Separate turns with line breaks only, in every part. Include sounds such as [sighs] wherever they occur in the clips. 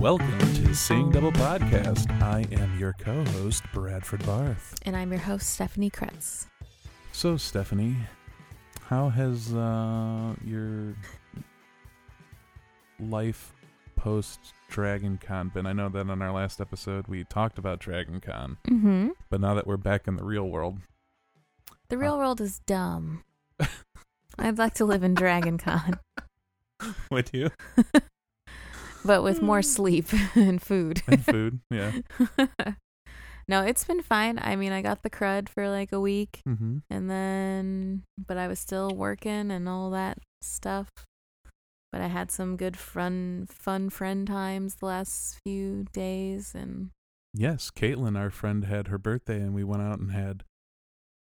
Welcome to Seeing Double Podcast. I am your co host, Bradford Barth.
And I'm your host, Stephanie Kretz.
So, Stephanie, how has uh, your life post Dragon Con been? I know that on our last episode we talked about Dragon Con,
Mm-hmm.
but now that we're back in the real world, [laughs]
The real
Huh.
world is dumb. I'd like to live in Dragon Con, [laughs]
would you?
but with more sleep [laughs] and food.
And food, yeah.
no, it's been fine. I mean, I got the crud for like a week
Mm-hmm.
and then, but I was still working and all that stuff. But I had some good fun, fun friend times the last few days, and
Yes, Caitlin, our friend, had her birthday, and we went out and had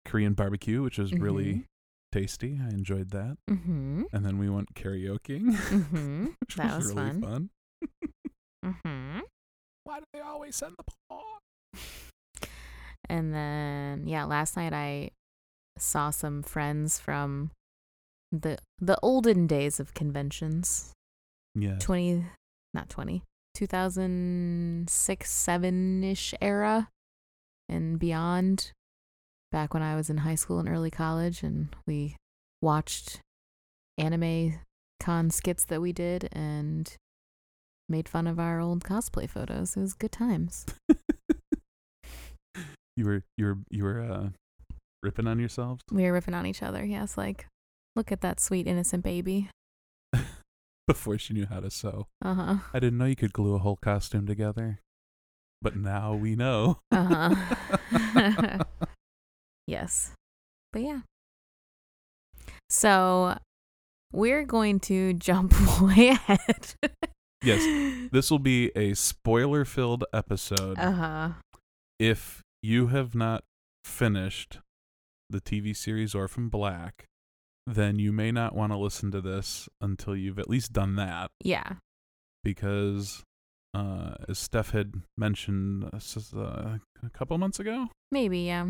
Korean barbecue, which was really
Mhm.
tasty. I enjoyed that.
mm-hmm,
And then we went karaokeing, [laughs]
mm-hmm,
which
That was
really
fun.
fun.
mm-hmm.
Why do they always send the ball?
And then yeah, last night I saw some friends from the the olden days of conventions.
Yeah.
20 not 20. 2006 7ish era and beyond back when I was in high school and early college and we watched anime con skits that we did and made fun of our old cosplay photos. It was good times.
You were you were you were uh ripping on yourselves?
we were ripping on each other. Yes, like, look at that sweet innocent baby.
Before she knew how to sew.
Uh huh.
I didn't know you could glue a whole costume together. But now we know. [laughs]
Uh huh. Uh-huh. [laughs] yes. But yeah. So we're going to jump [laughs] way ahead.
yes. [laughs]
[laughs]
This will be a spoiler filled episode.
Uh huh.
if you have not finished the TV series Orphan Black, then you may not want to listen to this until you've at least done that.
Yeah.
because uh, as Steph had mentioned uh, s- uh, a couple months ago,
Maybe, yeah.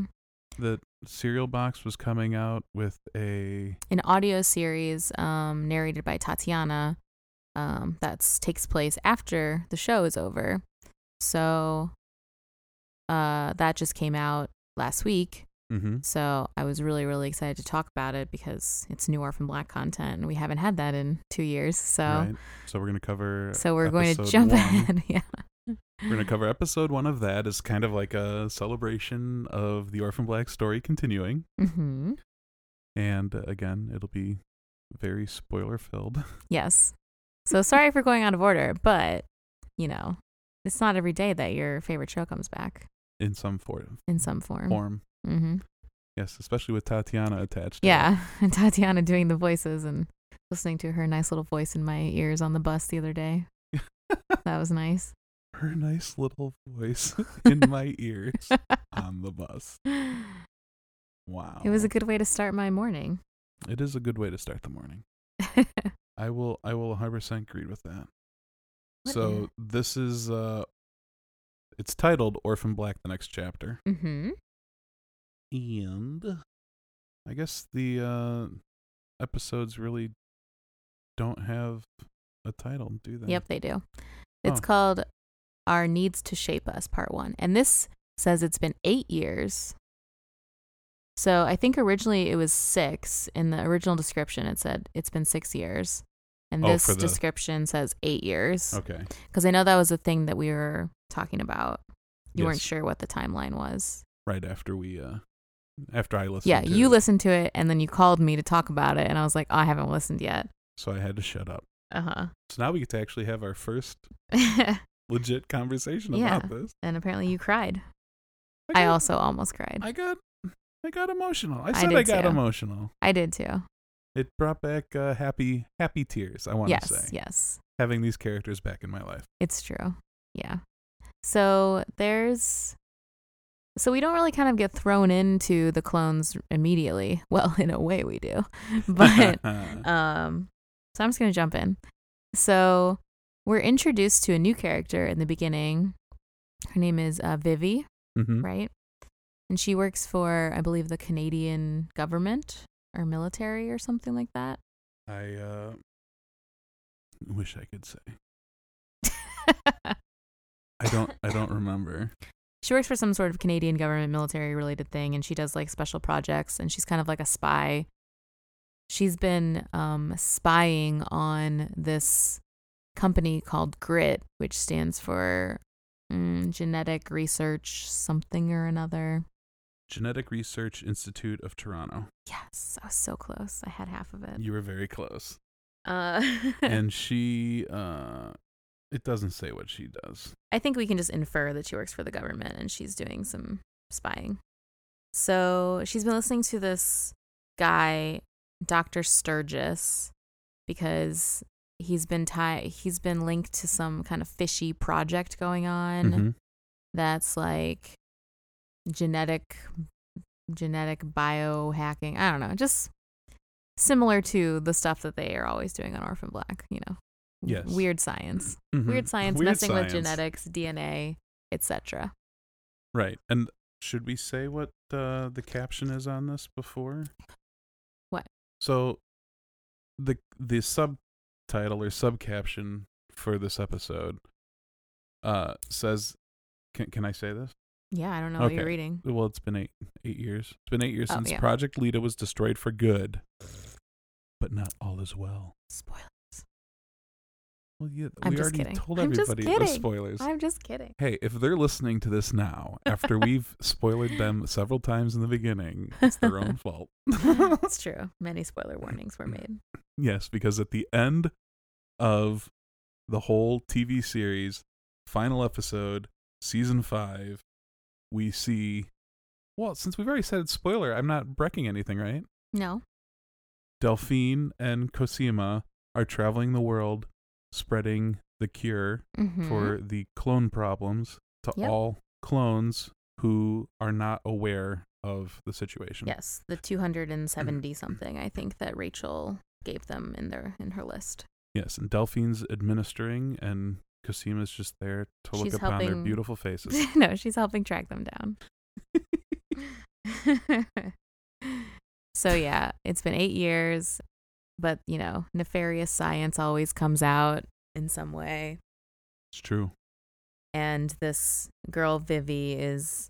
that Cereal Box was coming out with a
An audio series um, narrated by Tatiana um, that takes place after the show is over. So uh, that just came out last week.
mm-hmm.
So I was really, really excited to talk about it because it's new Orphan Black content. and We haven't had that in two years. So
right. So we're gonna cover.
so we're going to
episode
jump
one.
ahead. [laughs] yeah.
We're gonna cover episode one of that as kind of like a celebration of the Orphan Black story continuing,
hmm
and uh, again, it'll be very spoiler filled.
Yes. So sorry for going out of order, but you know, it's not every day that your favorite show comes back
[laughs] In some for-
in some form.
form,
hmm
yes, especially with Tatiana attached. to it.
Yeah. [laughs] And Tatiana doing the voices and listening to her nice little voice in my ears on the bus the other day. That was nice.
[laughs]
[gasps]
her nice little
[laughs]
voice in my ears on the bus.
it
Wow.
was a good way to start my morning. [laughs]
It is a good way to start the morning. I will I will 100% agree with that.
What
so
is-
this is uh it's titled Orphan Black the next chapter.
hmm
And I guess the uh episodes really don't have a title, do they?
Yep, they do. It's
Oh.
called Our Needs to Shape Us, Part One. And this says it's been eight years. So I think originally it was six. In the original description, it said it's been six years. And
Oh,
this
for the-
description says eight years.
Okay.
Because I know that was a thing that we were talking about. You weren't
Yes,
sure what the timeline was.
right after we uh after I listened
yeah,
to
you
it,
listened to it and then you called me to talk about it. And I was like, oh, I haven't listened yet.
so I had to shut up.
Uh
So now we get to actually have our first
huh.
legit conversation
Yeah.
about this.
[laughs] and apparently you cried.
got,
I also almost cried.
I got I got emotional. I said I,
did
got
too.
emotional.
I did too.
It brought back uh, happy happy tears, I want to
yes,
say.
yes,
Having these characters back in my
[laughs]
life. [laughs]
it's true. Yeah. So there's, so we don't really kind of get thrown into the clones immediately. [laughs] Well, in a way we do, but um, so I'm just gonna jump in. So We're introduced to a new character in the beginning. Her name is uh, Vivi,
Mm-hmm.
right? And she works for, I believe, the Canadian government or military or something like that.
I uh, wish I could say. I don't. I
[laughs]
don't remember.
she works for some sort of Canadian government military related thing and she does like special projects and she's kind of like a spy. She's been um, spying on this company called GRIT, which stands for mm, Genetic Research something or another.
Genetic Research Institute of Toronto.
Yes, I was so close. I had half of it.
You were very
[laughs]
close.
Uh,
And she. Uh, it doesn't say what she does.
I think we can just infer that she works for the government and she's doing some spying. So she's been listening to this guy, Dr. Sturgis, because he's been tied he's been linked to some kind of fishy project going on
Mhm.
that's like genetic genetic biohacking. I don't know, just similar to the stuff that they are always doing on Orphan Black, you know.
Yes.
Weird science
Mhm.
weird science
Weird
messing with
science.
genetics dna etc
Right. And should we say what uh, the caption is on this before?
What?
So the the subtitle or subcaption for this episode uh says can can I say this?
yeah i don't know what you're
Okay.
reading
Well, it's been 8 8 years. It's been 8 years
Oh,
since
yeah.
Project Lita was destroyed for good. But not all is well.
spoilers
Well, yeah,
I'm
we
just
already
kidding.
told
I'm just
everybody it was
kidding.
spoilers.
i'm just
[laughs]
kidding [laughs]
Hey, if they're listening to this now, after we've spoiled them several times in the beginning, it's their own fault.
it's true many spoiler warnings were made
yes, because at the end of the whole TV series, final episode, season five, we see. Well, since we've already said it's spoiler, I'm not breaking anything, right?
no
Delphine and Cosima are traveling the world, spreading the cure
Mhm.
for the clone problems to
Yep.
all clones who are not aware of the situation.
yes the 270
Mm.
something i think that rachel gave them in their in her list
Yes, and Delphine's administering, and Cosima's just there to look
She's
upon their
helping-
beautiful faces.
[laughs] no she's helping track them down [laughs] so yeah it's been eight years but you know nefarious science always comes out in some way
It's true.
and this girl Vivi is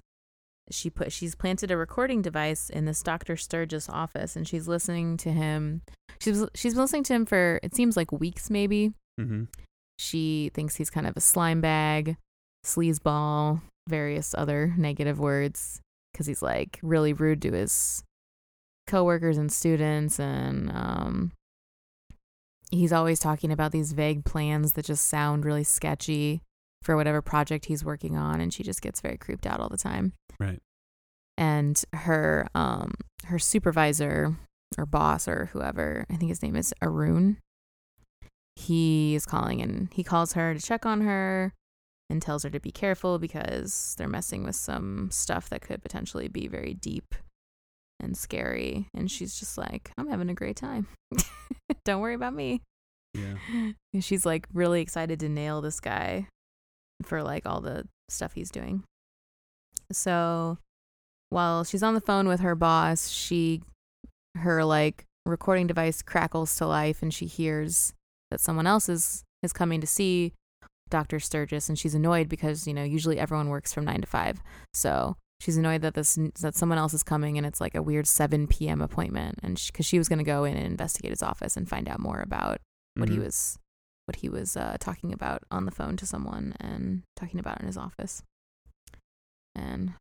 she put she's planted a recording device in this Dr. Sturgis office and she's listening to him. She's she's been listening to him for it seems like weeks maybe.
Mm-hmm.
She thinks he's kind of a slime bag, sleazeball, various other negative words cuz he's like really rude to his coworkers and students and um he's always talking about these vague plans that just sound really sketchy for whatever project he's working on and she just gets very creeped out all the time.
Right.
And her um her supervisor or boss or whoever, I think his name is Arun. He is calling and he calls her to check on her and tells her to be careful because they're messing with some stuff that could potentially be very deep and scary and she's just like, "I'm having a great time. [laughs] Don't worry about me."
Yeah.
And she's like really excited to nail this guy for like all the stuff he's doing. So while she's on the phone with her boss, she her like recording device crackles to life and she hears that someone else is is coming to see Dr. Sturgis and she's annoyed because, you know, usually everyone works from 9 to 5. So she's annoyed that this that someone else is coming and it's like a weird 7 p.m. appointment and she, cuz she was going to go in and investigate his office and find out more about what he
Mhm.
was what he was uh, talking about on the phone to someone and talking about in his office. And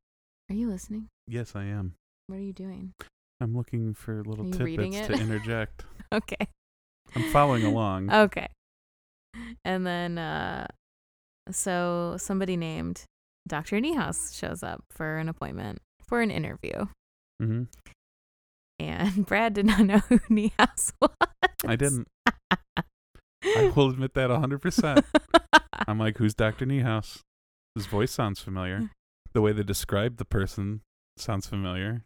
are you listening?
Yes, I am.
What are you doing? [laughs]
I'm looking for little
Are you reading
tidbits to
it? Oh.
interject.
Okay.
I'm
[laughs]
following along.
Okay. And then uh so somebody named Dr. Niehaus shows up for an appointment for an interview.
hmm
And [laughs] Brad did not know who Niehaus [laughs] was.
I didn't. I will admit that 100%.
[laughs]
I'm like, who's Dr. Niehaus? His voice sounds
Hmm.
familiar. The way they described the person sounds familiar.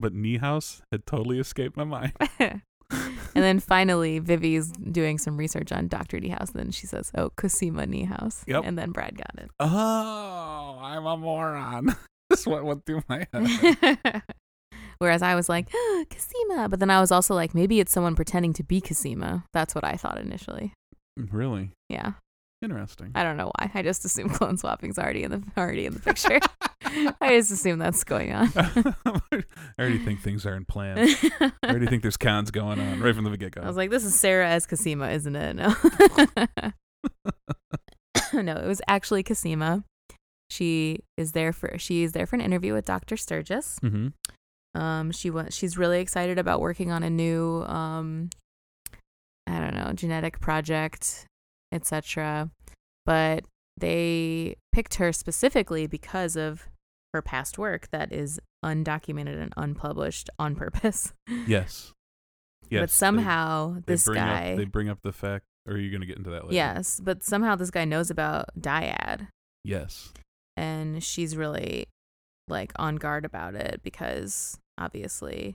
But Niehaus had totally escaped my mind.
[laughs] And then finally, Vivi's doing some research on Dr. D House. And then she says, Oh, Cosima Knee House.
Yep.
And then Brad got it.
[laughs] Oh, I'm a moron. [laughs] That's what went through my
[laughs]
head. [laughs]
Whereas I was like, oh, Cosima. But then I was also like, maybe it's someone pretending to be Cosima. That's what I thought initially.
really
Yeah.
interesting.
I [laughs] don't know why. I just assume [laughs] clone swapping's already in the already in
[laughs]
the picture. I just assume that's going on.
I already think things are in plan.
[laughs]
I already think there's cons going on right from the get go.
I was like, this is Sarah as Cosima, isn't it? No. [laughs] no, it was actually Cosima. She is there for she is there for an interview with Dr. Sturgis.
mm-hmm.
Um, she wa- she's really excited about working on a new um, I don't know genetic project, etc. But they picked her specifically because of her past work that is undocumented and unpublished on purpose.
Yes. Yes.
but
they-
somehow
they
this
bring
guy
Up, they bring up the fact, or are you going to get into that later?
Yes, but somehow this guy knows about Dyad,
Yes.
and she's really like on guard about it because obviously,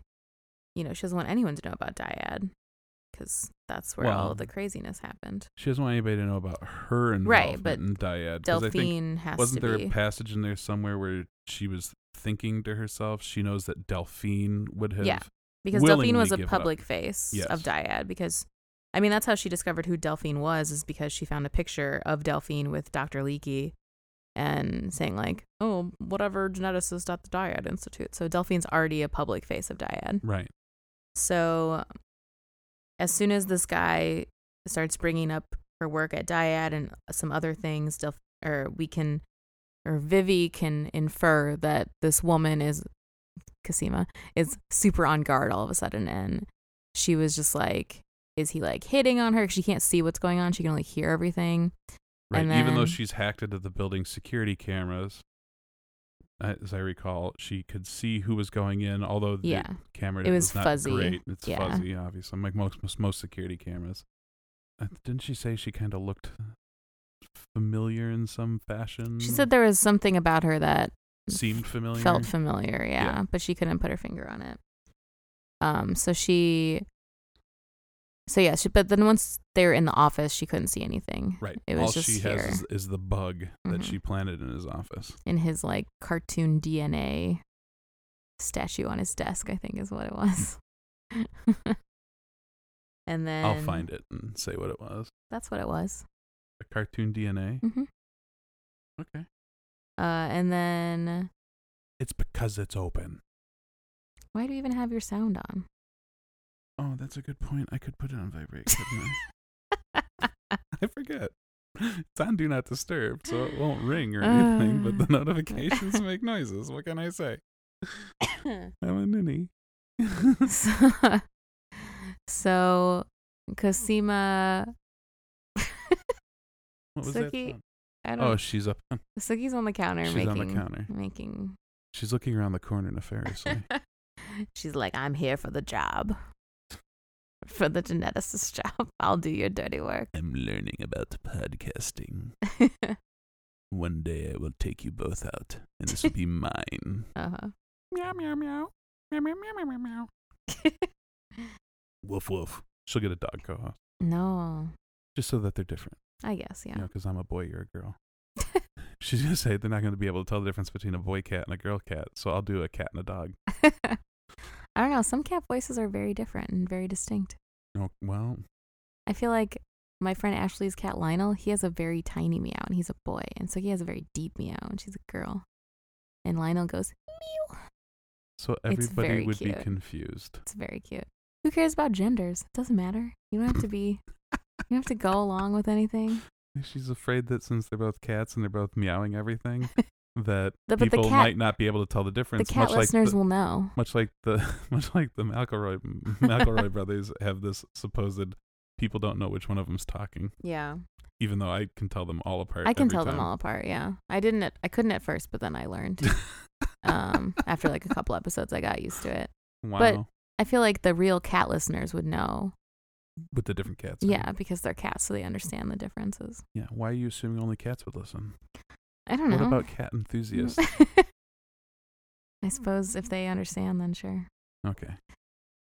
you know, she doesn't want anyone to know about Dyad because that's where all
Well,
of the craziness happened.
She doesn't want anybody to know about her involvement
Right, but
in Dyad. 'cause I think,
Delphine has
wasn't
to
there
be.
a passage in there somewhere where she was thinking to herself, she knows that Delphine would have.
Yeah. because Delphine was
willingly
a
give it up.
public face
Yes.
of Dyad because I mean that's how she discovered who Delphine was is because she found a picture of Delphine with Dr. Leakey and saying like, "Oh, whatever geneticist at the Dyad Institute." So Delphine's already a public face of Dyad.
Right.
So as soon as this guy starts bringing up her work at Dyad and some other things, Delph- or we can or Vivi can infer that this woman is Cosima is super on guard all of a sudden and she was just like is he like hitting on her 'Cause she can't see what's going on she can only hear everything
Right.
And
Even though
then-
she's hacked into the building's security cameras, uh, as I recall, she could see who was going in, although the
Yeah.
camera
It was
not
fuzzy.
Great. It's
Yeah.
fuzzy, obviously. I'm like most, most most security cameras. Uh, Didn't she say she kind of looked familiar in some fashion?
she said there was something about her that
seemed familiar.
felt familiar yeah,
Yeah.
but she couldn't put her finger on it um so she so yeah she, but then once they were in the office she couldn't see anything
Right.
it was
All
just
she
here.
has is, is the bug that
Mhm.
she planted in his office.
in his like cartoon dna statue on his desk i think is what it was [laughs] and then
I'll find it and say what it was.
that's what it was
A cartoon DNA.
hmm
Okay.
uh and then
It's because it's open.
Why do you even have your sound
[coughs]
on? [coughs]
Oh, that's a good point. I could put it on vibrate, couldn't
[laughs]
I? I forget. It's on do not disturb, so it won't ring or anything, but
Ah.
the
[laughs]
notifications make noises. What can I say? I'm a ninny. [laughs]
so, [laughs] so Cosima, [laughs]
What was
Suki,
that?
I
sound? Oh,
don't.
she's up.
Suki's on the counter
She's
making
on the counter.
making.
She's looking around the corner nefariously.
[laughs] She's like, I'm here for the job, for the geneticist [laughs] job. I'll do your dirty work. [laughs]
I'm learning about podcasting.
uh
One day I will take you both out, and this
[laughs]
will be mine.
huh.
Meow, meow, meow. Meow, meow, meow, meow, meow, meow. Woof, woof. She'll get a dog co host,
[laughs] no,
just so that they're different.
I guess yeah.
you know, because I'm a boy, you're a
[laughs]
girl. She's gonna say they're not gonna be able to tell the difference between a boy cat and a girl cat, so I'll do a cat and a dog.
[laughs] I don't know. Some cat voices are very different and very distinct.
Oh, well,
I feel like my friend Ashley's cat Lionel, he has a very tiny meow and he's a boy. And so he has a very deep meow and she's a girl. And Lionel goes, meow.
so
It's
everybody
very
would be
cute.
confused.
It's very cute. Who cares about genders? It doesn't matter. You don't have to be, you don't have to go along
[laughs]
with anything.
She's afraid that since they're both cats and they're both meowing
[laughs]
everything, that
The, but
people
the cat,
might not be able to tell the
the
difference.
cat
much
listeners
like the,
will know.
much like the [laughs] much like the McElroy
[laughs]
McElroy brothers have this supposed people don't know which one of them's talking,
Yeah.
even though I can tell them all apart.
I can
every
tell them
time.
all apart. Yeah. I didn't, at, I couldn't at first, but then I
[laughs]
learned. um, after like a couple episodes, I got used to it.
Wow,
but- I feel like the real cat listeners would know.
with the different cats. in it.
Yeah. Because they're cats, so they understand the differences.
yeah. Why are you assuming only cats would listen?
I don't
What
know.
about cat
[laughs]
enthusiasts? [laughs]
I suppose if they understand, then sure.
Okay.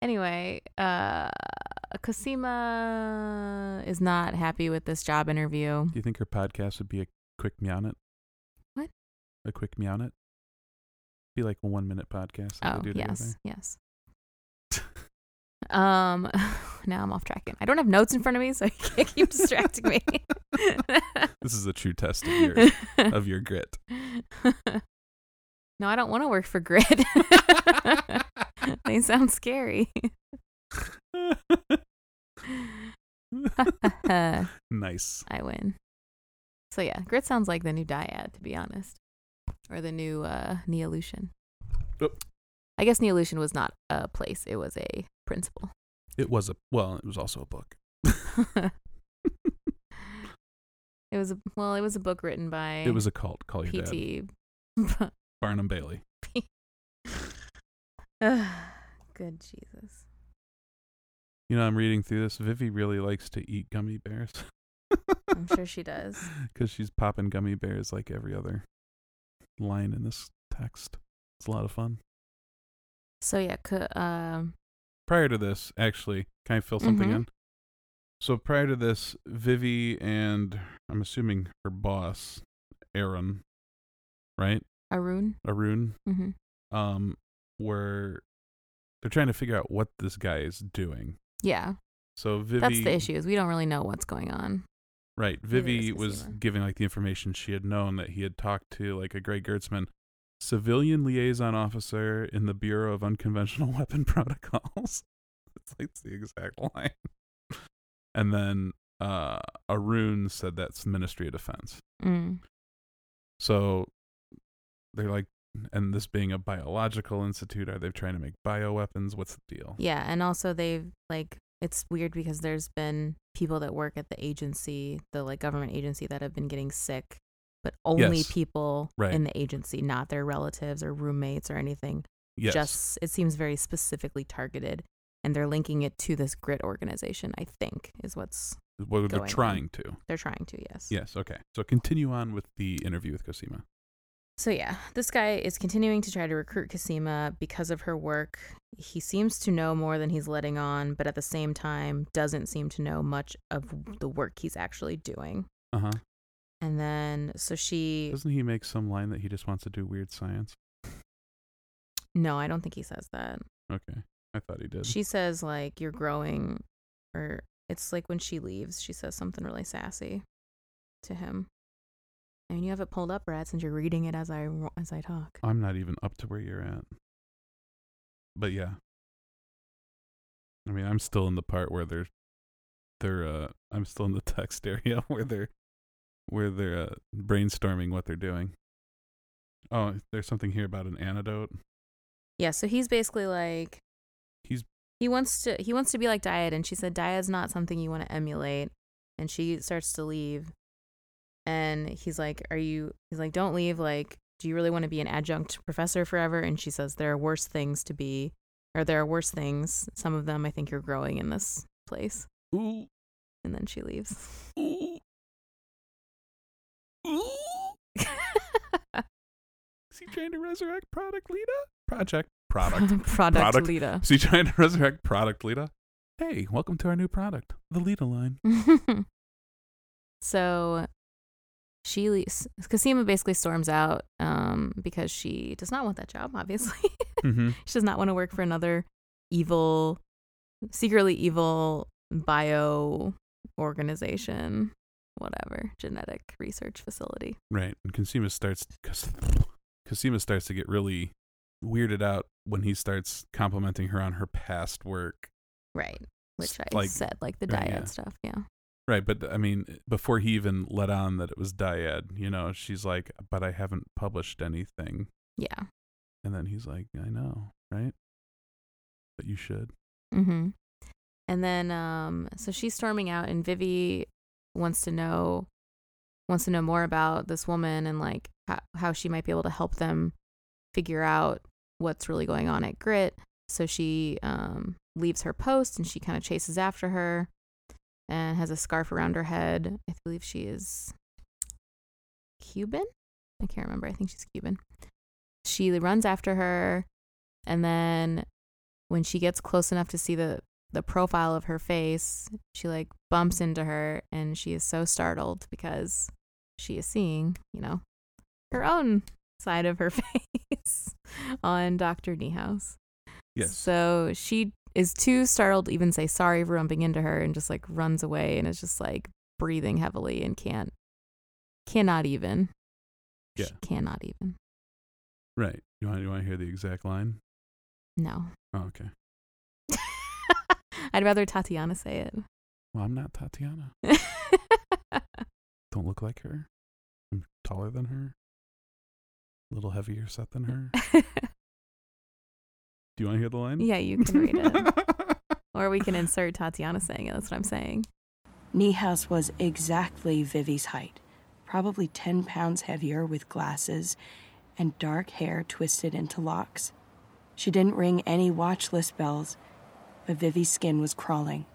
Anyway, uh, Cosima is not happy with this job interview.
Do you think her podcast would be a quick meow it?
What?
A quick meow it? Be like a one minute podcast. like
Oh,
they do to
yes, [laughs] yes. Um, [laughs] now I'm off track. again. I don't have notes in front of me, so [laughs] you can't keep distracting me.
everything. [laughs] this is a true test of
[laughs]
your of your grit.
no, I don't want to work for Grid. [laughs] they sound scary. [laughs] I
[laughs] nice.
win. So yeah, Grid sounds like the new dyad, to be honest, or the new uh, Neolution. Oh.
Oop.
I guess Neolution was not a place; it was a principle. [laughs]
It was a well, it was also a book.
it was a well, it was a book written by
It was a cult. Call your dad.
PT. [laughs]
Barnum Bailey.
Good Jesus.
You know, I'm reading through this. Vivi really likes to eat gummy bears
I'm
[laughs]
sure she does.
because she's popping gummy bears like every other line in this text. It's a lot of fun.
So yeah, co- um,
prior to this, actually, can I fill something
Mhm.
in? So prior to this, Vivi and I'm assuming her boss, Aaron, right?
Arun.
Arun,
Mm-hmm.
um, were they're trying to figure out what this guy is doing.
Yeah,
So Vivi
that's the issue is we don't really know what's going on.
Right.
Neither
Vivi
does
was
Cosima.
giving like the information she had known that he had talked to like a Greg Gertzman, civilian liaison officer in the Bureau of Unconventional [laughs] Weapon Protocols. [laughs] it's like it's the exact line. And then uh Arun said that's Ministry of Defense.
Mm.
So they're like and this being a biological institute, are they trying to make bioweapons? What's the deal?
Yeah, and also they've like it's weird because there's been people that work at the agency, the like government agency that have been getting sick, but only
Yes.
people
Right.
in the agency, not their relatives or roommates or anything.
Yes.
Just it seems very specifically targeted. And they're linking it to this grit organization, I think, is what's
what
going
they're
on.
trying to.
they're trying to, yes.
Yes, okay. So continue on with the interview with Cosima.
So yeah, this guy is continuing to try to recruit Kasima because of her work. He seems to know more than he's letting on, but at the same time doesn't seem to know much of the work he's actually doing.
Uh huh.
And then so she
Doesn't he make some line that he just wants to do weird science?
No, I don't think he says that.
Okay. I thought he did.
She says like you're growing or it's like when she leaves, she says something really sassy to him. I mean, you have it pulled up, Brad, since you're reading it as I as I talk.
I'm not even up to where you're at. But yeah. I mean, I'm still in the part where they're they're uh I'm still in the [laughs] text area where they're where they're uh, brainstorming what they're doing. Oh, there's something here about an antidote.
Yeah, so he's basically like
He's-
he wants to he wants to be like Diet and she said Diet's not something you want to emulate and she starts to leave and he's like are you he's like don't leave like do you really want to be an adjunct professor forever and she says there are worse things to be or there are worse things some of them I think you're growing in this place
Ooh,
and then she leaves.
ooh. Ooh. Is he trying to resurrect product Lita? Project product.
[laughs] Product,
Product.
Lita.
So you trying to resurrect product Lita? Hey, welcome to our new product, the Lita line.
[laughs] so she leaves. Kasima basically storms out um, because she does not want that job, obviously. [laughs]
Mm-hmm.
she does not want to work for another evil, secretly evil bio organization, whatever, genetic research facility.
Right, and Kasima starts Kas- Kasima starts to get really weirded out when he starts complimenting her on her past work.
Right. Which I
Like-
said, like the
right,
diet
yeah.
stuff. Yeah.
Right, but I mean, eh, before he even let on that it was dyad, you know, she's like, "But I haven't published anything,"
Yeah.
and then he's like, "I know, right? But you should."
Mm-hmm. And then, um, so she's storming out, and Vivi wants to know wants to know more about this woman and like how, how she might be able to help them figure out what's really going on at Grit. So she um, leaves her post and she kind of chases after her and has a scarf around her head. I believe she is Cuban. I can't remember. I think she's Cuban. She runs after her and then when she gets close enough to see the the profile of her face, she like bumps into her and she is so startled because she is seeing, you know, her own side of her [laughs] face on Dr. Niehaus.
Yes.
So she is too startled to even say sorry for bumping into her and just like runs away and is just like breathing heavily and can't cannot even.
Yeah.
She cannot even.
Right. You want you want to hear the exact line?
No.
Oh, okay.
I'd rather Tatiana say it.
Well, I'm not
[laughs]
Tatiana. Don't look like her. I'm taller than her. A little heavier set than
[laughs]
her. Do you want to hear the line?
yeah, you can read
[laughs]
it. or we can insert Tatiana saying it. That's what I'm saying.
Niehaus was exactly Vivi's height, probably 10 pounds heavier with glasses and dark hair twisted into locks. She didn't ring any watchless bells, but Vivi's skin was crawling.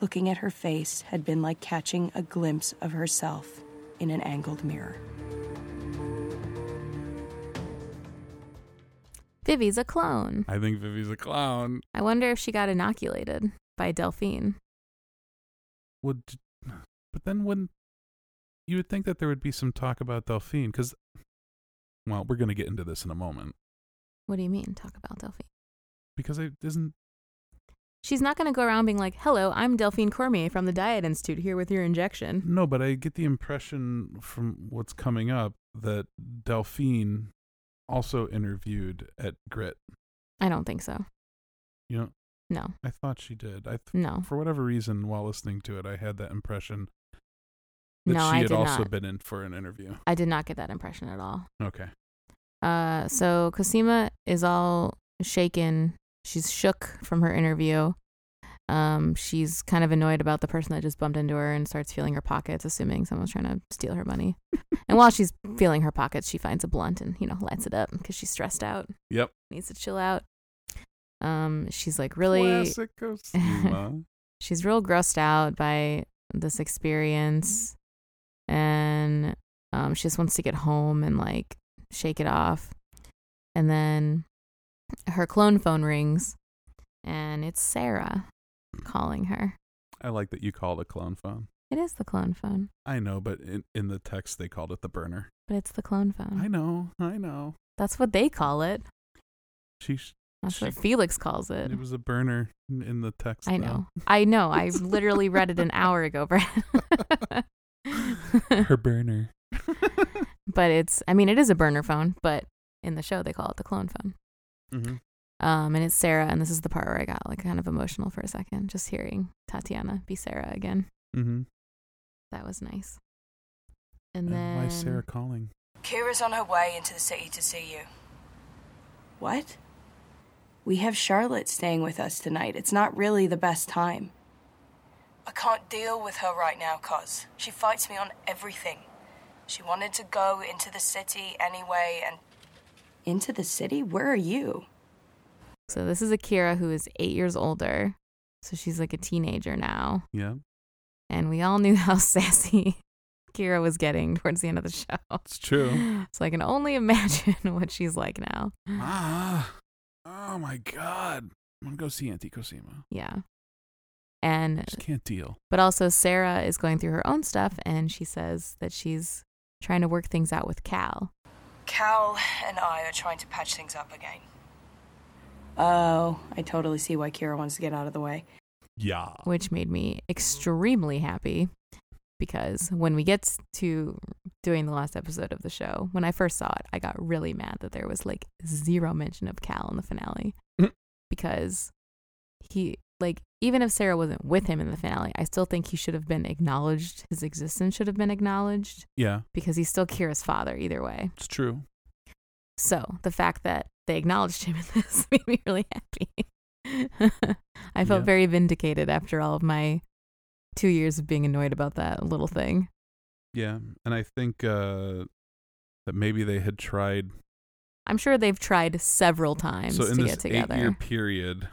Looking at her face had been like catching a glimpse of herself in an angled mirror.
Vivi's a clone.
I think Vivi's a clown.
I wonder if she got inoculated by Delphine.
Would, [sighs] but then wouldn't you would think that there would be some talk about Delphine? Because, well, we're gonna get into this in a moment.
What do you mean? Talk about Delphine.
Because it isn't.
She's not going to go around being like, hello, I'm Delphine Cormier from the Diet Institute here with your injection.
No, but I get the impression from what's coming up that Delphine also interviewed at Grit.
I don't think so.
You know,
No,
I thought she did. I th-
no,
for whatever reason, while listening to it, I had that impression that
no,
she
I
had
did
also
not.
been in for an interview.
I did not get that impression at all.
Okay.
Uh, so Cosima is all shaken. She's shook from her interview. Um, she's kind of annoyed about the person that just bumped into her and starts feeling her pockets, assuming someone's trying to steal her money. and while she's feeling her pockets, she finds a blunt and you know lights it up because she's stressed out,
Yep.
needs to chill out. Um, she's like really,
Classic
[laughs]
Cosima.
she's real grossed out by this experience,
Mm-hmm.
and um, she just wants to get home and like shake it off. And then her clone phone rings, and it's Sarah calling her.
I like that you called a clone phone.
It is the clone phone,
I know, but in, in the text they called it the burner.
but it's the clone phone.
I know. I know.
That's what they call it.
She. sh-
That's
She-
what Felix calls it.
It was a burner in, in the text.
I
though.
know. I
[laughs]
know. I literally read it an hour ago, Brad. [laughs]
Her burner.
but it's, I mean, it is a burner phone, but in the show they call it the clone phone.
hmm
Um, and it's Sarah, and this is the part where I got like kind of emotional for a second, just hearing Tatiana be Sarah again.
hmm
That was nice. And,
And
then
why is Sarah calling?
Kira's on her way into the city to see you. What? We have Charlotte staying with us tonight. It's not really the best time. I can't deal with her right now, cuz. She fights me on everything. She wanted to go into the city anyway and. Into the city? Where are you?
So this is Akira who is eight years older, so she's like a teenager now,
Yeah,
and we all knew [laughs] how sassy Akira was getting towards the end of the show.
it's true.
[gasps] So I can only [laughs] imagine what she's like now.
ah, oh my God! I'm gonna go see Auntie Cosima.
Yeah. And
Just can't deal.
but also Sarah is going through her own stuff and she says that she's trying to work things out with Cal.
Cal and I are trying to patch things up again. Oh, I totally see why Kira wants to get out of the way.
Yeah.
which made me extremely happy because when we get to doing the last episode of the show, when I first saw it, I got really mad that there was like zero mention of Cal in the finale because he like even if Sarah wasn't with him in the finale, I still think he should have been acknowledged. His existence should have been acknowledged
Yeah,
because he's still Kira's father either way.
it's true.
So the fact that they acknowledged him in [laughs] this made me really happy. [laughs] I felt
Yeah.
very vindicated after all of my two years of being annoyed about that little thing.
Yeah, and I think uh, that maybe they had tried.
I'm sure they've tried several times
so in
to
this
get together.
eight-year period,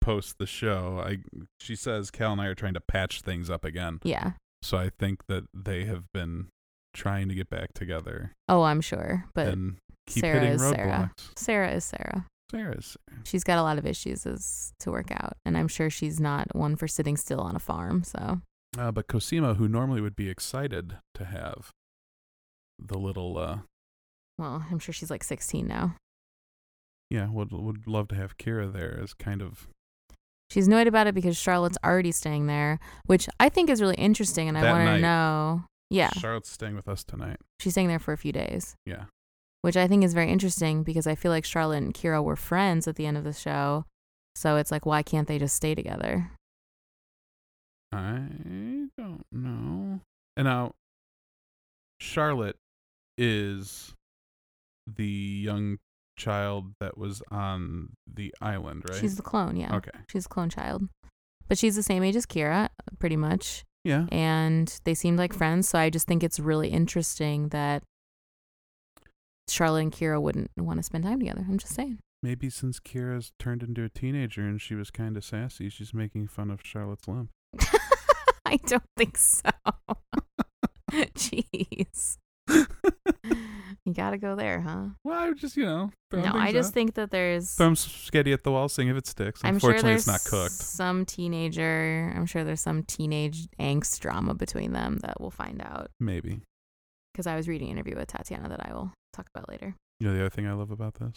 post the show, I she says Cal and I are trying to patch things up again.
yeah.
So I think that they have been trying to get back together
Oh, I'm sure. But
and keep
Sarah
hitting
is Sarah.
roadblocks.
Sarah is Sarah.
Sarah's.
She's got a lot of issues as, to work out, and I'm sure she's not one for sitting still on a farm. So
Uh, but Cosima, who normally would be excited to have the little, uh,
Well, I'm sure she's like 16 now.
yeah, would would love to have Kira there as kind of
She's annoyed about it because Charlotte's already staying there, which I think is really interesting, and I
That
want
night.
to know. Yeah,
Charlotte's staying with us tonight.
she's staying there for a few days,
Yeah,
which I think is very interesting because I feel like Charlotte and Kira were friends at the end of the show. So it's like, why can't they just stay together?
I don't know. And now, Charlotte is the young child that was on the island, right?
She's the clone, yeah.
okay.
She's a clone child. But she's the same age as Kira, pretty much.
Yeah.
and they seemed like friends. So I just think it's really interesting that Charlotte and Kira wouldn't want to spend time together. I'm just saying.
Maybe since Kira's turned into a teenager and she was kind of sassy, she's making fun of Charlotte's lump.
[laughs] I don't think so. [laughs] Jeez. You gotta go there, huh?
Well, I would just, you know, throw
no,
things
I just
out.
think that there's.
throw some sketty at the wall, seeing if it sticks.
I'm sure
Unfortunately, it's
there's
not cooked.
some teenager. I'm sure there's some teenage angst drama between them that we'll find out.
Maybe.
Because I was reading an interview with Tatiana that I will talk about later.
You know the other thing I love about this?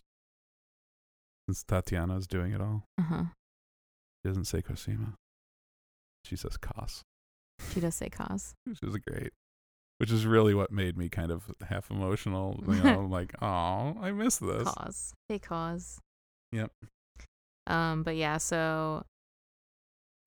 Since Tatiana's doing it all,
Uh huh.
she doesn't say Cosima. She says Cos,
She does say cause.
which is great. Which is really what made me kind of half
[laughs]
emotional. You know, I'm like, oh, I miss this.
cause. Hey, cause.
Yep.
Um, but yeah, so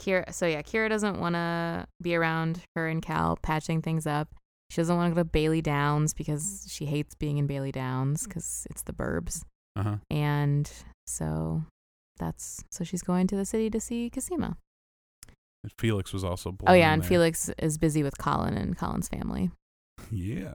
Kira, so yeah, Kira doesn't want to be around her and Cal patching things up. She doesn't want to go to Bailey Downs because she hates being in Bailey Downs
Mm.
because it's the burbs,
Uh huh.
and so that's so she's going to the city to see Cosima.
And Felix was also blown
Oh yeah,
in
and
there.
Felix is busy with Colin and Colin's family.
Yeah.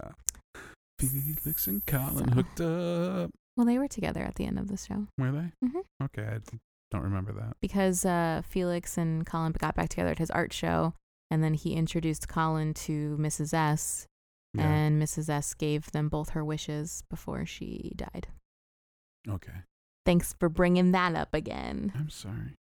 Felix and Colin
So-
hooked up.
Well, they were together at the end of the show
Were they?
Mhm.
Okay, I d- don't remember that.
because uh, Felix and Colin got back together at his art show, and then he introduced Colin to Mrs. S,
Yeah.
and Mrs. S gave them both her wishes before she died.
okay.
Thanks for bringing that up again.
I'm sorry.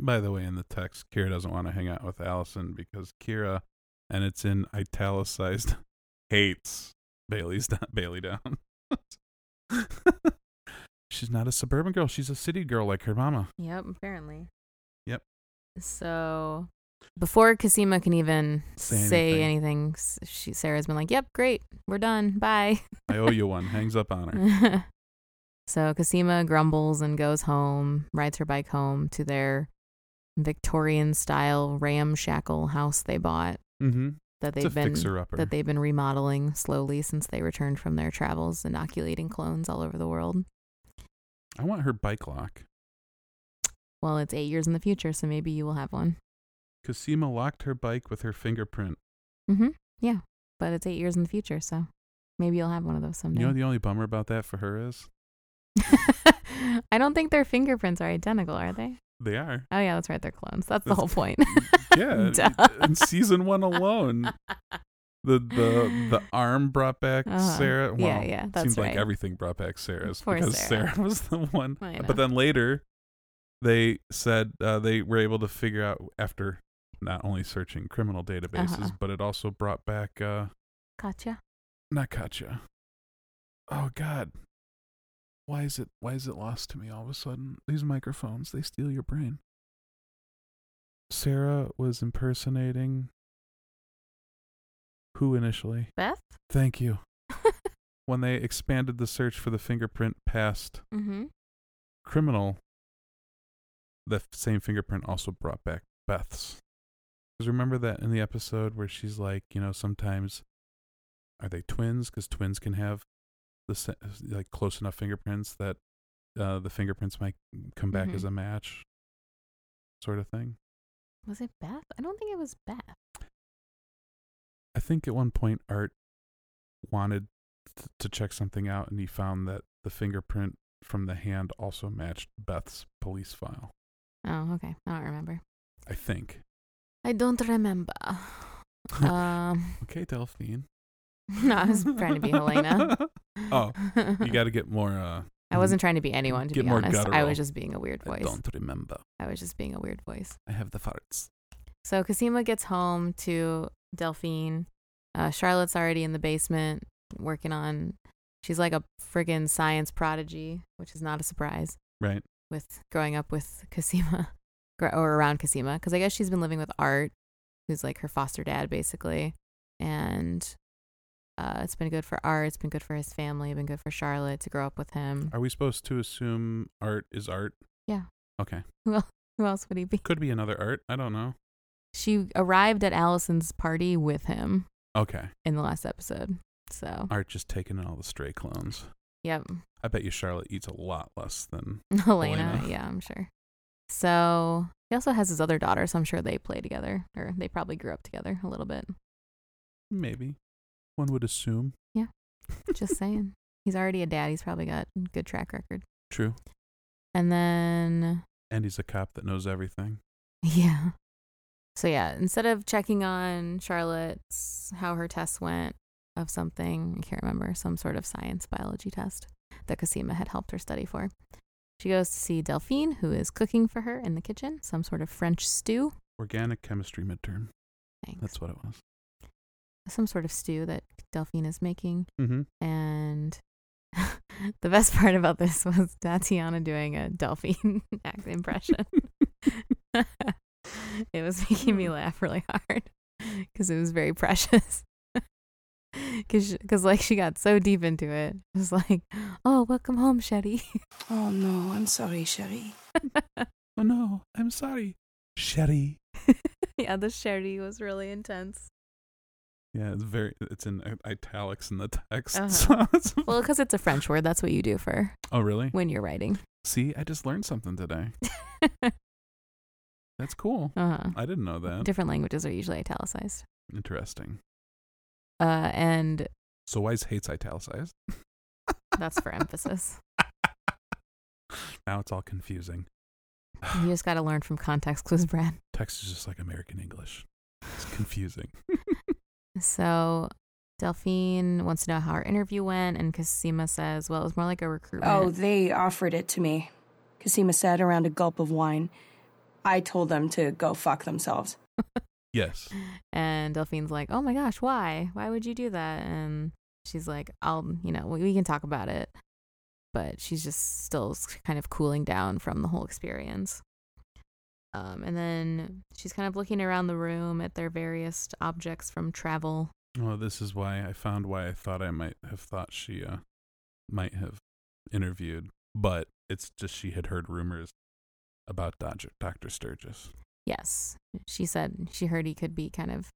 By the way, in the text, Kira doesn't want to hang out with Allison because Kira, and it's in italicized, [laughs] hates Bailey's down, Bailey down. [laughs] She's not a suburban girl. She's a city girl like her mama.
yep, apparently.
Yep.
So before Cosima can even
Say
say,
anything.
anything, s she Sarah's been like, "Yep, great, we're done. Bye."
I owe you one. Hangs up on her.
[laughs] so Cosima grumbles and goes home, rides her bike home to their Victorian style ramshackle house they bought
Mm-hmm.
that
It's a
they've been
fixer upper.
that they've been remodeling slowly since they returned from their travels, inoculating clones all over the world.
I want her bike lock.
Well, it's eight years in the future, so maybe you will have one.
Cosima locked her bike with her fingerprint.
Mm-hmm. Yeah, but it's eight years in the future, so maybe you'll have one of those someday.
You know the only bummer about that for her is
[laughs] I don't think their fingerprints are identical, are they?
they are.
Oh yeah, that's right. They're clones. That's the
That's- [laughs]
whole point. [laughs]
Yeah,
Duh.
in season one alone, the the
[laughs]
the arm brought back
Uh-huh.
Sarah. Well,
Yeah, yeah, that's
seems like
right.
everything brought back Sarah's
Poor
because Sarah. [laughs]
Sarah.
was the one.
I know.
But then later, they said uh, they were able to figure out after not only searching criminal databases,
Uh-huh.
but it also brought back uh,
Gotcha.
not Katya. Oh God, why is it why is it lost to me all of a sudden? These microphones they steal your brain. Sarah was impersonating who initially?
Beth.
Thank you. when they expanded the search for the fingerprint past
mm-hmm.
criminal, the f- same fingerprint also brought back Beth's. Because remember that in the episode where she's like, you know, sometimes are they twins? Because twins can have the sa- like close enough fingerprints that uh, the fingerprints might come back
Mhm.
as a match, sort of thing.
Was it Beth? I don't think it was Beth.
I think at one point Art wanted th- to check something out, and he found that the fingerprint from the hand also matched Beth's police file.
Oh, okay. I don't remember.
I think.
I don't [laughs] remember. um, [laughs]
Okay, Delphine. [laughs]
no, I was trying to be Helena.
Oh, you got to get more uh,
[laughs] I wasn't trying to be anyone, to
Get
be
more
honest. I
guttural.
was just being a weird
I
voice.
don't remember.
I was just being a weird voice.
I have the farts.
So Cosima gets home to Delphine. Uh, Charlotte's already in the basement working on. She's like a friggin' science prodigy, which is not a surprise
Right.
with growing up with Cosima [laughs] gr- or around Cosima because I guess she's been living with Art, who's like her foster dad basically, and uh, it's been good for Art. It's been good for his family. Been good for Charlotte to grow up with him.
Are we supposed to assume art is art?
Yeah.
Okay.
Who else would he be?
Could be another art. I don't know.
She arrived at Allison's party with him
Okay.
in the last episode. So, [laughs]
Art just taking in all the stray clones.
yep.
I bet you Charlotte eats a lot less than.
Elena,
Elena.
yeah, I'm sure. So he also has his other daughter, so I'm sure they play together, or they probably grew up together a little bit.
Maybe. One would assume. [laughs]
Just saying, he's already a dad. He's probably got a good track record.
True.
And then, [laughs]
And he's a cop that knows everything.
yeah. So yeah, instead of checking on Charlotte's how her test went of something, I can't remember some sort of science biology test that Cosima had helped her study for, she goes to see Delphine, who is cooking for her in the kitchen some sort of French stew.
Organic chemistry midterm.
Thanks.
That's what it was.
some sort of stew that Delphine is making.
Mm-hmm.
And [laughs] the best part about this was Tatiana doing a Delphine [laughs] act impression. [laughs] it was making me laugh really hard [laughs] because it was very precious. [laughs] Because, like, she got so deep into it. It was like, oh, welcome home, Shetty. [laughs]
Oh no, I'm sorry, Cherie.
Oh no, I'm sorry, Sherry.
yeah, the Shetty was really intense.
Yeah, it's very. It's in i- italics in the text.
Uh-huh.
so it's-
Well, because it's a French word, that's what you do for
[laughs] oh really?
when you're writing. [laughs]
See, I just learned something today.
uh
That's cool.
huh.
I didn't know that.
Uh-huh. Different languages are usually italicized.
Interesting.
Uh, and
So Wise hates italicized.
that's for emphasis.
[laughs] Now it's all confusing.
You just got to learn from context [laughs] clues, Brad.
Text is just like American English. It's confusing.
So Delphine wants to know how her interview went, and Cosima says, "Well, it was more like a recruitment."
Oh, they offered it to me, Cosima said around a gulp of wine. I told them to go fuck themselves.
yes.
and Delphine's like, "Oh my gosh, why? Why would you do that?" And she's like, "I'll, you know, we we can talk about it." But she's just still s- kind of cooling down from the whole experience. Um, and then she's kind of looking around the room at their various objects from travel.
Well, this is why I found why I thought I might have thought she uh, might have interviewed, but it's just she had heard rumors about Dodger, Dr. Sturgis.
Yes, she said she heard he could be kind of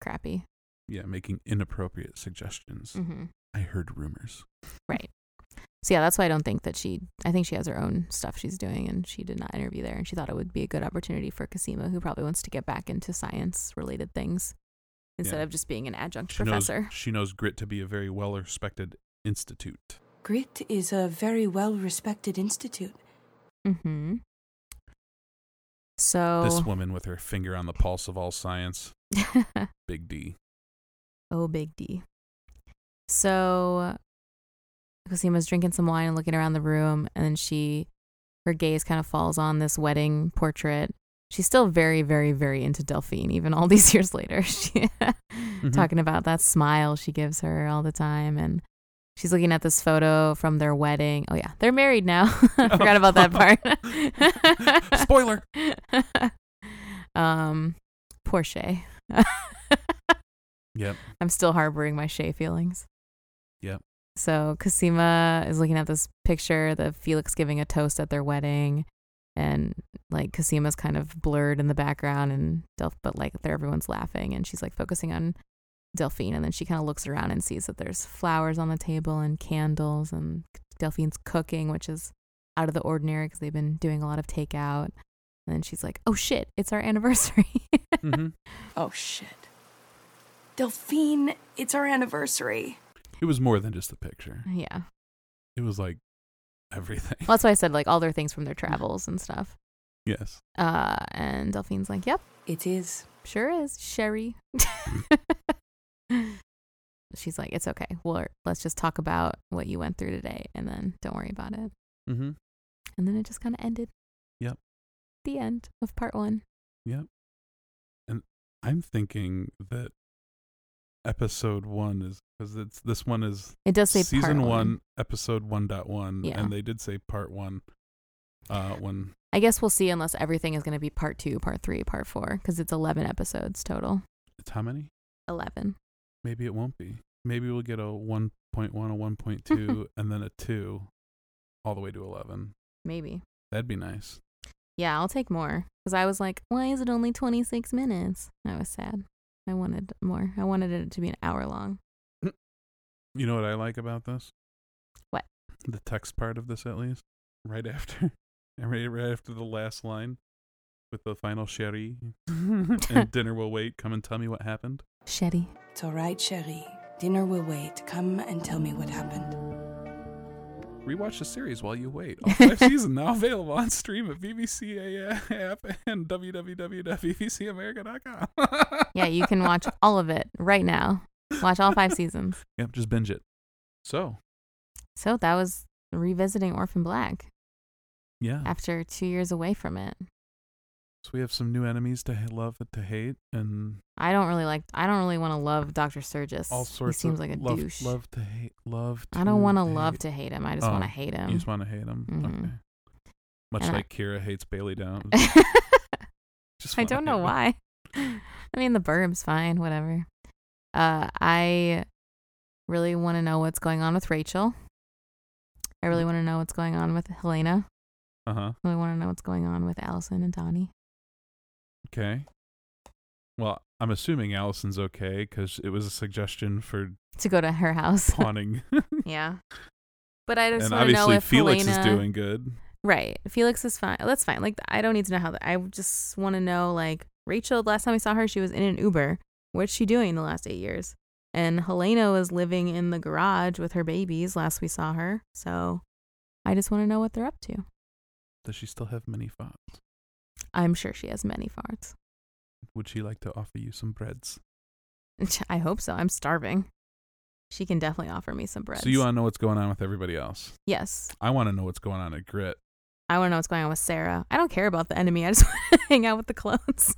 crappy.
Yeah, making inappropriate suggestions.
hmm
I heard rumors.
So yeah, that's why I don't think that she. I think she has her own stuff she's doing, and she did not interview there. And she thought it would be a good opportunity for Cosima, who probably wants to get back into science-related things instead
Yeah.
of just being an adjunct
She
professor.
knows she knows grit to be a very well-respected institute.
Grit is a very well respected institute.
Mm-hmm. So Oh.
This woman with her finger on the pulse of all science, Big D.
[laughs] oh, big D. So Cosima's drinking some wine and looking around the room, and then she, her gaze kind of falls on this wedding portrait. She's still very, very, very into Delphine, even all these [laughs] years later. She,
Mm-hmm.
talking about that smile she gives her all the time and she's looking at this photo from their wedding oh yeah they're married now [laughs] i
Oh.
forgot
[laughs]
about that part [laughs]
Spoiler.
um poor shay
Yep.
i'm still harboring my shay feelings
Yep.
so Cosima is looking at this picture the felix giving a toast at their wedding and like Cosima's kind of blurred in the background and Delph but like there everyone's laughing and she's like focusing on Delphine and then she kind of looks around and sees that there's flowers on the table and candles and Delphine's cooking which is out of the ordinary cuz they've been doing a lot of takeout and then she's like oh shit it's our [laughs] anniversary
hmm
Oh shit. Delphine, it's our anniversary.
It was more than just the picture.
yeah
It was like everything.
well, that's why I said like all their things from their travels and stuff
[laughs] Yes.
uh and Delphine's like yep
It is.
Sure is, Sherry. She's like, it's okay. Well, let's just talk about what you went through today and then don't worry about it.
Mm-hmm.
And then it just kind of ended.
Yep.
The end of part one.
I'm thinking that episode one is because it's this one is
It does say part
season
one.
one, episode one dot one,
Yeah.
and they did say part one. Uh, when
I guess we'll see unless everything is going to be part two, part three, part four, because it's 11 episodes total.
it's how many?
11.
Maybe it won't be. Maybe we'll get a 1.1, a
[laughs]
1.2, and then a 2 all the way to 11.
Maybe.
That'd be nice.
Yeah, I'll take more. Because I was like, why is it only 26 minutes? I was sad. I wanted more. I wanted it to be an hour long.
You know what I like about this?
What?
The text part of this, at least. Right after. [laughs] and Right, right after the last line with the final
[laughs]
sherry and dinner will wait. Come and tell me what happened.
Shetty.
It's all right, Cherie. Dinner will wait. Come and tell me what happened.
Rewatch the series while you
[laughs]
wait. All five seasons now available on stream at BBC app and [laughs] www.bbcamerica.com.
Yeah, you can watch all of it right now. Watch all five seasons.
Yep, just binge it. So,
So that was revisiting Orphan Black
yeah.
after two years away from it.
So we have some new enemies to ha- love and to hate, and
I don't really like. I don't really want to love Doctor Surgis.
all sorts.
He seems
of
like a
love,
douche.
Love to hate. Love. To
I don't want to
hate.
love to hate him. I just want
Oh,
to hate
You
him. [laughs]
just want to hate him.
Mhm.
Okay. Much
And I-
like Kira hates Bailey
[laughs]
Down. Just
I
wanna
don't know
hate him.
why. I mean, the burb's fine, whatever. Uh, I really want to know what's going on with Rachel. I
Mm.
really want to know what's going on with Helena.
Uh huh.
I really want to know what's going on with Allison and Donnie.
Okay. Well, I'm assuming Allison's okay because it was a suggestion
[laughs]
for
To go to
[laughs]
her house.
pawning,
yeah. But I just
and
want to know
obviously
if
Felix
Helena,
is doing good.
Right. Felix is fine. That's fine. Like I don't need to know how that. I just want to know like Rachel. Last time I saw her, she was in an Uber. What's she doing the last eight years? And Helena was living in the garage with her babies. Last we saw her, so I just want to know what they're up to.
Does she still have many thoughts?
I'm sure she has many farts. [laughs]
Would she like to offer you some breads?
I hope so. I'm starving. She can definitely offer me some bread.
So you want to know what's going on with everybody else?
Yes,
I want to know what's going on at Grit.
I want to know what's going on with Sarah. I don't care about the enemy. I just [laughs] want to hang out with the clones.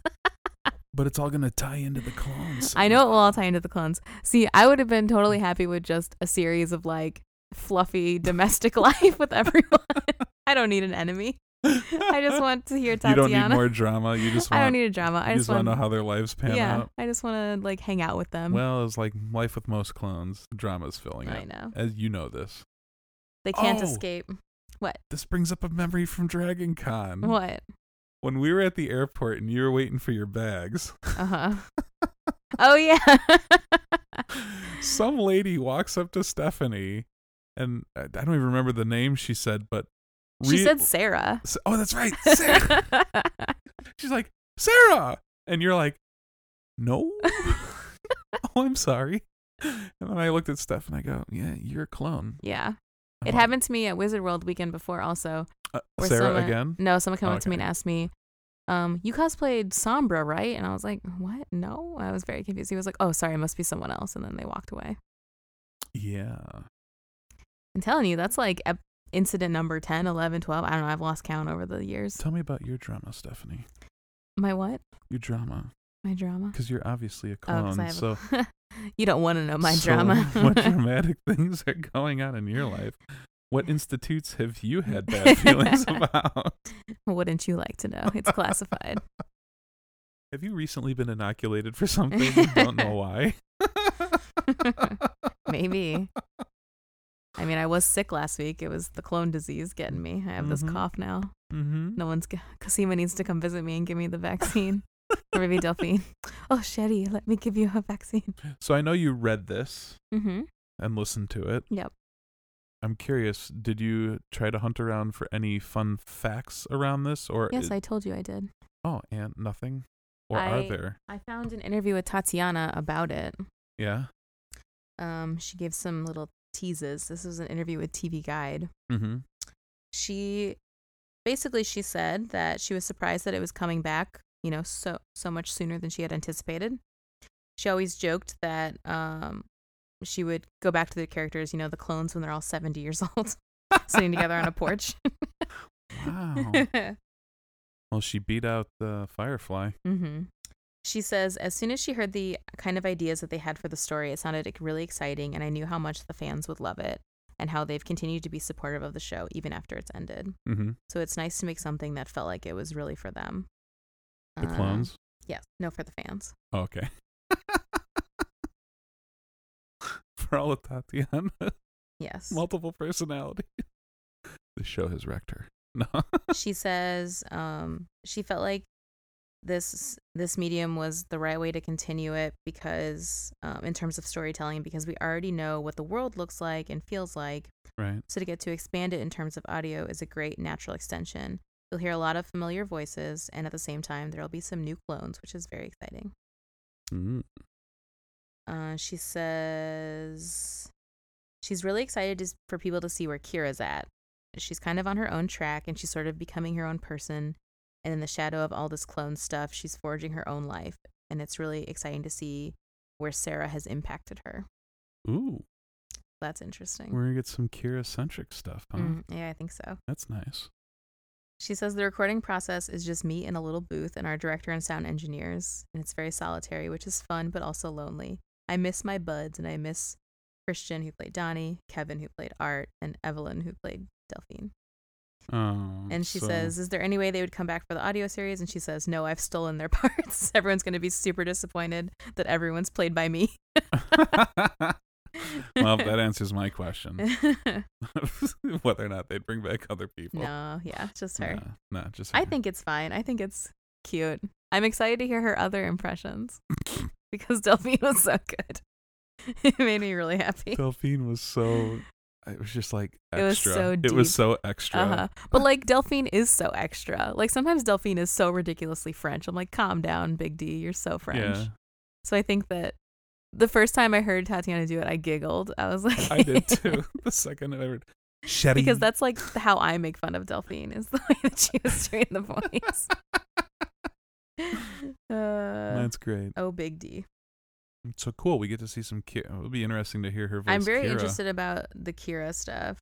But it's all going to tie into the clones.
[laughs]
[laughs]
I know it will all tie into the clones. See, I would have been totally happy with just a series of like fluffy [laughs] domestic life with everyone. [laughs] I don't need an enemy. I just want to hear
[laughs]
Tatiana.
You don't need more drama. You just want.
[laughs] I don't need a drama. I
you just want to know
want
how their lives pan
yeah.
out.
I just want to like hang out with them.
Well, it's like life with most clones. Drama's filling
I
up.
know
As you know this.
they can't
Oh!
escape.
This brings up a memory from Dragon Con.
What?
When we were at the airport and you were waiting for your bags,
Uh
[laughs]
huh. oh yeah.
some lady walks up to Stephanie and uh, I I don't even remember the name she said, but
[laughs] she
re-
said Sarah. [laughs]
S- Oh, that's right. Sarah. She's like, Sarah. And you're like,
[laughs]
no. oh, I'm sorry. And then I looked at Steph and I go, yeah, you're a clone.
yeah.
I'm
It
like,
happened to me at Wizard World weekend before also.
Uh,
where
Sarah
someone-
again?
No, someone came up to me
Okay.
and asked me, um, "You cosplayed Sombra, right?" And I was like, "What? No." I was very confused. He was like, "Oh, sorry, it must be someone else." And then they walked away.
Yeah.
I'm telling you, that's like ep- incident number 10, 11, 12. I don't know. I've lost count over the years.
Tell me about your drama, Stephanie.
My what?
Your drama.
My drama.
Because you're obviously a
Oh, 'cause
clone.
I have
so,
you don't want to know my
so
drama.
[laughs]
[laughs]
what dramatic things are going on in your life? What institutes have you
[laughs]
had bad feelings about?
Wouldn't you like to know? It's classified.
[laughs] Have you recently been inoculated for something? you don't
[laughs]
know why. [laughs]
Maybe. I mean, I was sick last week. It was the clone disease getting me. I have this
Mhm.
cough now.
Mm-hmm.
No one's. g- Cosima needs to come visit me and give me the vaccine. or maybe Delphine. Oh, Shetty, let me give you a vaccine.
[laughs] So I know you read this
Mm-hmm.
and listened to it.
Yep.
I'm curious, did you try to hunt around for any fun facts around this or
Yes,
is-
I told you I did.
Oh, and nothing? Or are
I-
there?
I found an interview with Tatiana about it.
Yeah.
Um, she gave some little teases. This was an interview with TV Guide.
Mhm.
She basically she said that she was surprised that it was coming back. You know, so so much sooner than she had anticipated. She always joked that um, she would go back to the characters. You know, the clones when they're all seventy years old. [laughs] sitting together on a porch. [laughs]
Wow. well, she beat out the Firefly.
hmm She says, as soon as she heard the kind of ideas that they had for the story, it sounded like, really exciting, and I knew how much the fans would love it and how they've continued to be supportive of the show even after it's ended.
Mm-hmm.
So it's nice to make something that felt like it was really for them.
The
Uh,
clones.
Yes. No, for the fans.
Oh, okay. [laughs] For all of Tatiana, [laughs]
Yes.
multiple personality. The show has wrecked her. [laughs] No.
she says um, she felt like this this medium was the right way to continue it because um, in terms of storytelling because we already know what the world looks like and feels like
right.
so to get to expand it in terms of audio is a great natural extension you'll hear a lot of familiar voices and at the same time there'll be some new clones which is very exciting
Mm.
uh, she says she's really excited to, s- for people to see where Kira's at. She's kind of on her own track and she's sort of becoming her own person. And in the shadow of all this clone stuff, she's forging her own life. And it's really exciting to see where Sarah has impacted her.
Ooh,
That's interesting.
we're gonna get some Kira centric stuff, huh?
Mm, yeah, I think so.
That's nice.
She says the recording process is just me in a little booth and our director and sound engineers, and it's very solitary, which is fun but also lonely. I miss my buds, and I miss Christian who played Donnie, Kevin who played Art, and Evelyn who played Delphine.
Oh,
And she
so-
says, "Is there any way they would come back for the audio series?" And she says, "No, I've stolen their [laughs] parts. Everyone's going to be super disappointed that everyone's played by me."
[laughs]
[laughs]
well, that answers my question. [laughs] Whether or not they'd bring back other people.
no, yeah, it's just her.
Nah, nah, just
I
her.
think it's fine. I think it's cute. I'm excited to hear her
[laughs]
other impressions because Delphine was so good. [laughs] It made me really [laughs] happy.
Delphine was so. It was just like
It was
extra.
so
It was
deep.
so extra.
Uh-huh. But like Delphine is so extra. Like sometimes Delphine is so ridiculously French. I'm like, calm down, Big D. You're so French.
Yeah,
So I think that the first time I heard Tatiana do it, I giggled. I was like, [laughs]
I did too. [laughs] the second I heard Sherry.
because that's like how I make fun of Delphine is the way that she was doing
[laughs]
the voice. [laughs] Uh,
That's great.
oh, Big D.
So cool. We get to see some Kira. It'll be interesting to hear her voice.
I'm very
Kira.
interested about the Kira stuff.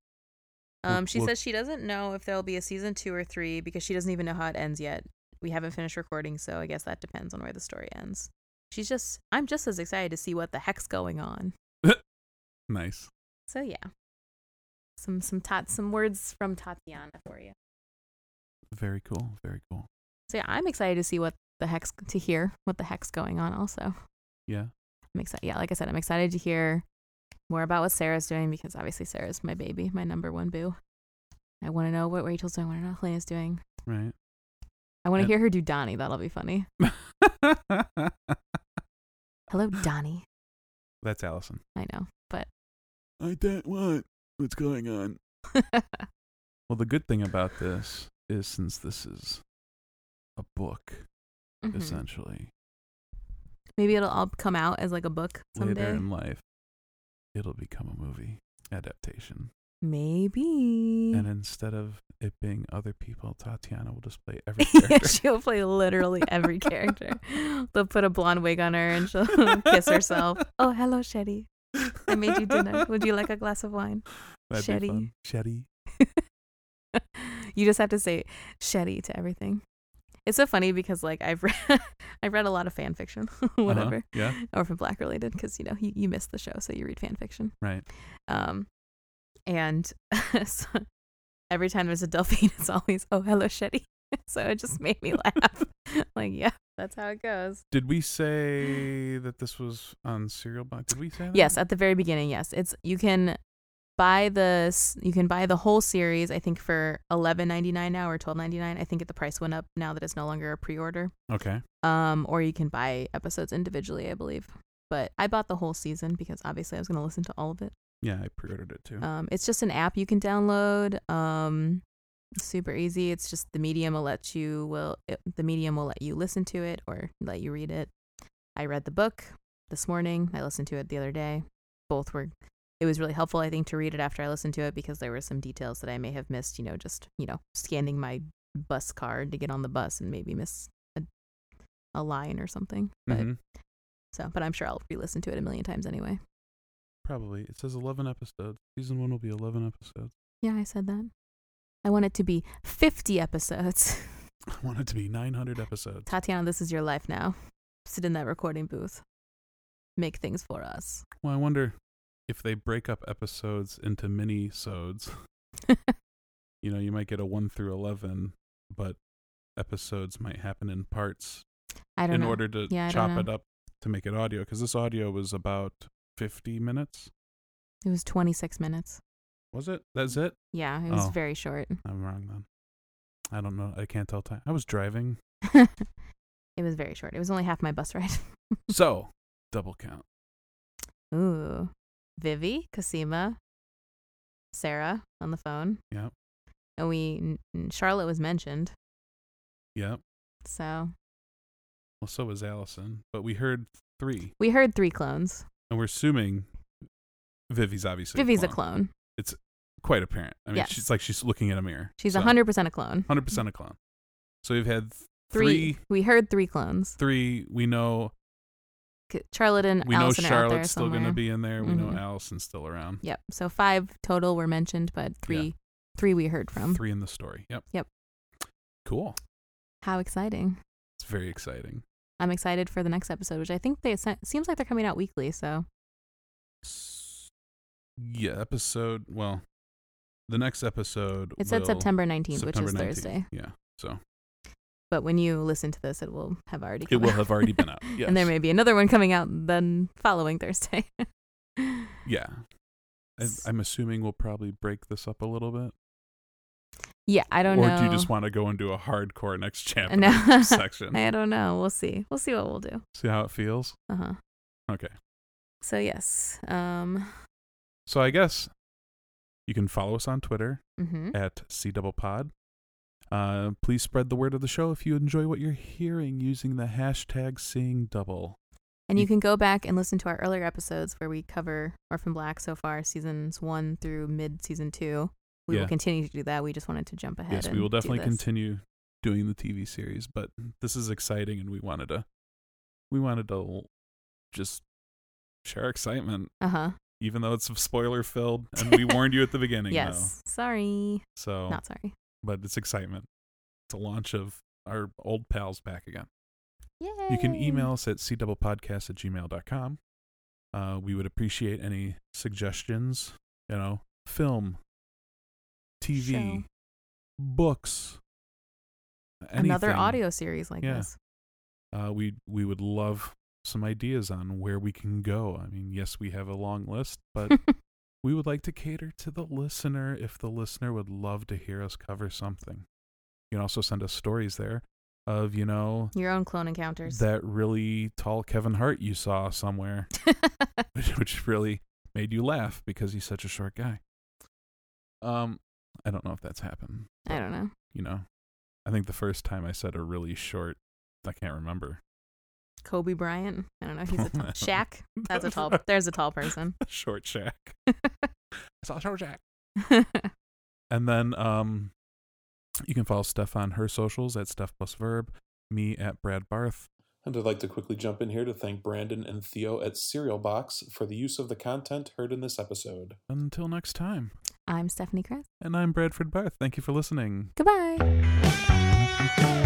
Well-
Um, she
well-
says she doesn't know if there'll be a season two or three because she doesn't even know how it ends yet. We haven't finished recording, so I guess that depends on where the story ends. She's just, I'm just as excited to see what the heck's going on.
Nice.
So yeah, some some tat some words from Tatiana for you.
Very cool. Very cool.
So yeah, I'm excited to see what the heck's to hear what the heck's going on. Also,
Yeah.
I'm excited. Yeah, like I said, I'm excited to hear more about what Sarah's doing because obviously Sarah's my baby, my number one boo. I want to know what Rachel's doing. I want to know what Helena's doing.
Right. [laughs]
I want to
And-
hear her do Donnie. That'll be funny. Hello, Donnie.
that's Allison.
I know, but
I don't want what's going on. Well, the good thing about this is since this is a book,
[laughs] Mhm.
essentially,
maybe it'll all come out as like a book
later
someday.
in life, it'll become a movie adaptation.
Maybe.
And instead of it being other people, Tatiana will just play
[laughs]
every
yeah,
character.
she'll play literally every character. They'll put a blonde wig on her and she'll [laughs] kiss [laughs] herself. Oh, hello, Shetty. I made you dinner.
[laughs]
Would you like a glass of wine?
That'd
Shetty.
be fun. Shetty.
you just have to say Shetty to everything. It's so funny because like I've read, [laughs] I've read a lot of fan fiction, [laughs] whatever,
Uh-huh. Yeah.
Orphan Black related, because you know you, you miss the show, so you read fan fiction.
Right.
Um, and [laughs] so every time there's a Delphine, it's always oh hello Shetty. [laughs] so it just made [laughs] me laugh. like yeah, that's how it goes.
Did
[gasps]
we say that this was on Serial Box? Did we say that?
Yes, at the very beginning, yes, it's you can buy the s- you can buy the whole series. I think for eleven ninety nine now or twelve ninety nine. I think the price went up now that it's no longer a pre order.
Okay.
Um, or you can buy episodes individually, I believe. But I bought the whole season because obviously I was going to listen to all of it.
Yeah, I pre-ordered it too.
Um, it's just an app you can download. Um, it's super easy. It's just the medium will let you will it, the medium will let you listen to it or let you read it. I read the book this morning. I listened to it the other day. Both were. It was really helpful, I think, to read it after I listened to it because there were some details that I may have missed. You know, just you know, scanning my bus card to get on the bus and maybe miss a, a line or something. But
Mhm.
so, but I'm sure I'll re-listen to it a million times anyway.
Probably. It says 11 episodes. [laughs] Season 1 will be 11 episodes.
Yeah, I said that. I want it to be 50 episodes. [laughs]
I want it to be 900 episodes.
Tatiana, this is your life now. Sit in that recording booth. Make things for us. [laughs]
Well, I wonder if they break up episodes into mini-sodes. [laughs] you know, you might get a 1 through 11, but episodes might happen in parts
I don't
in
know.
order to
Yeah, I don't
chop it
know.
up to make it audio because this audio was about 50 minutes
It was 26 minutes.
was it that's it
Yeah, it was
Oh.
very short. [laughs]
i'm wrong then i don't know i can't tell time i was driving
it was very short. It was only half my bus ride. [laughs]
so double count
Ooh. Vivi, Cosima, Sarah on the phone.
Yep.
And we, n- n- Charlotte was mentioned.
yep
So
well so was allison but we heard three
we heard three clones.
and we're assuming vivi's obviously
Vivi's a clone.
quite apparent i mean
Yes.
she's like she's looking at a mirror
She's
so,
100% a clone.
100% a clone so we've had th-
Three.
three
We heard three clones.
three we know
C- Charlotte and
we
Allison
know
are out there
charlotte's still
somewhere.
gonna be in there we
Mhm.
know allison's still around
Yep. So five total were mentioned, but three, three we heard from.
Three in the story. Yep.
Yep.
Cool.
How exciting!
It's very exciting.
I'm excited for the next episode, which I think they se- seems like they're coming out weekly. So
S- Yeah, episode. Well, the next episode.
it said
will-
September 19th,
September
which is
19th.
Thursday.
Yeah. So
But when you listen to this, it will have already.
it
Come
will
out.
have
[laughs]
already been out. Yes.
And there may be another one coming out then following Thursday. [laughs]
yeah. I, I'm assuming we'll probably break this up a little bit.
yeah, I don't
or
know.
do you just want to go into a hardcore next
[laughs] I
chapter
know.
section?
[laughs] I don't know. We'll see. We'll see what we'll do.
See how it feels?
Uh huh.
Okay.
So yes. Um.
So I guess you can follow us on Twitter
Mm-hmm.
at C Double Pod. Uh, please spread the word of the show if you enjoy what you're hearing using the hashtag Seeing Double.
And
You-
you can go back and listen to our earlier episodes where we cover Orphan Black so far, seasons one through mid season two. We
Yeah.
will continue to do that. We just wanted to jump ahead.
yes, we
and
will
do
definitely
this.
continue doing the TV series, but this is exciting, and we wanted to we wanted to just share our excitement,
Uh huh.
even though it's spoiler filled, and we warned you at the beginning.
[laughs] Yes. Sorry.
though. so
Not sorry.
but it's excitement. It's a launch of our old pals back again.
Yay.
You can email us at cdoublepodcast at gmail.com. Uh, we would appreciate any suggestions, you know, film, TV,
Show.
books, anything.
another audio series like
Yeah.
this.
Uh, we, we would love some ideas on where we can go. I mean, yes, we have a long list, but we would like to cater to the listener if the listener would love to hear us cover something. You can also send us stories there of, you know,
Your own clone encounters. [laughs]
that really tall Kevin Hart you saw somewhere, [laughs] which, which really made you laugh because he's such a short guy. Um, I don't know if that's happened.
I don't know.
You know, I think the first time I said a really short, I can't remember.
Kobe Bryant. I don't know. He's a
[laughs]
tall. Shaq. That's a tall. There's a tall person. [laughs]
short Shaq. I saw short Shaq. And then um, you can follow Steph on her socials at Steph plus Verb, me at Brad Barth. And I'd like to quickly jump in here to thank Brandon and Theo at Cereal Box for the use of the content heard in this episode. Until next time,
I'm Stephanie Kress.
and I'm Bradford Barth. Thank you for listening.
Goodbye.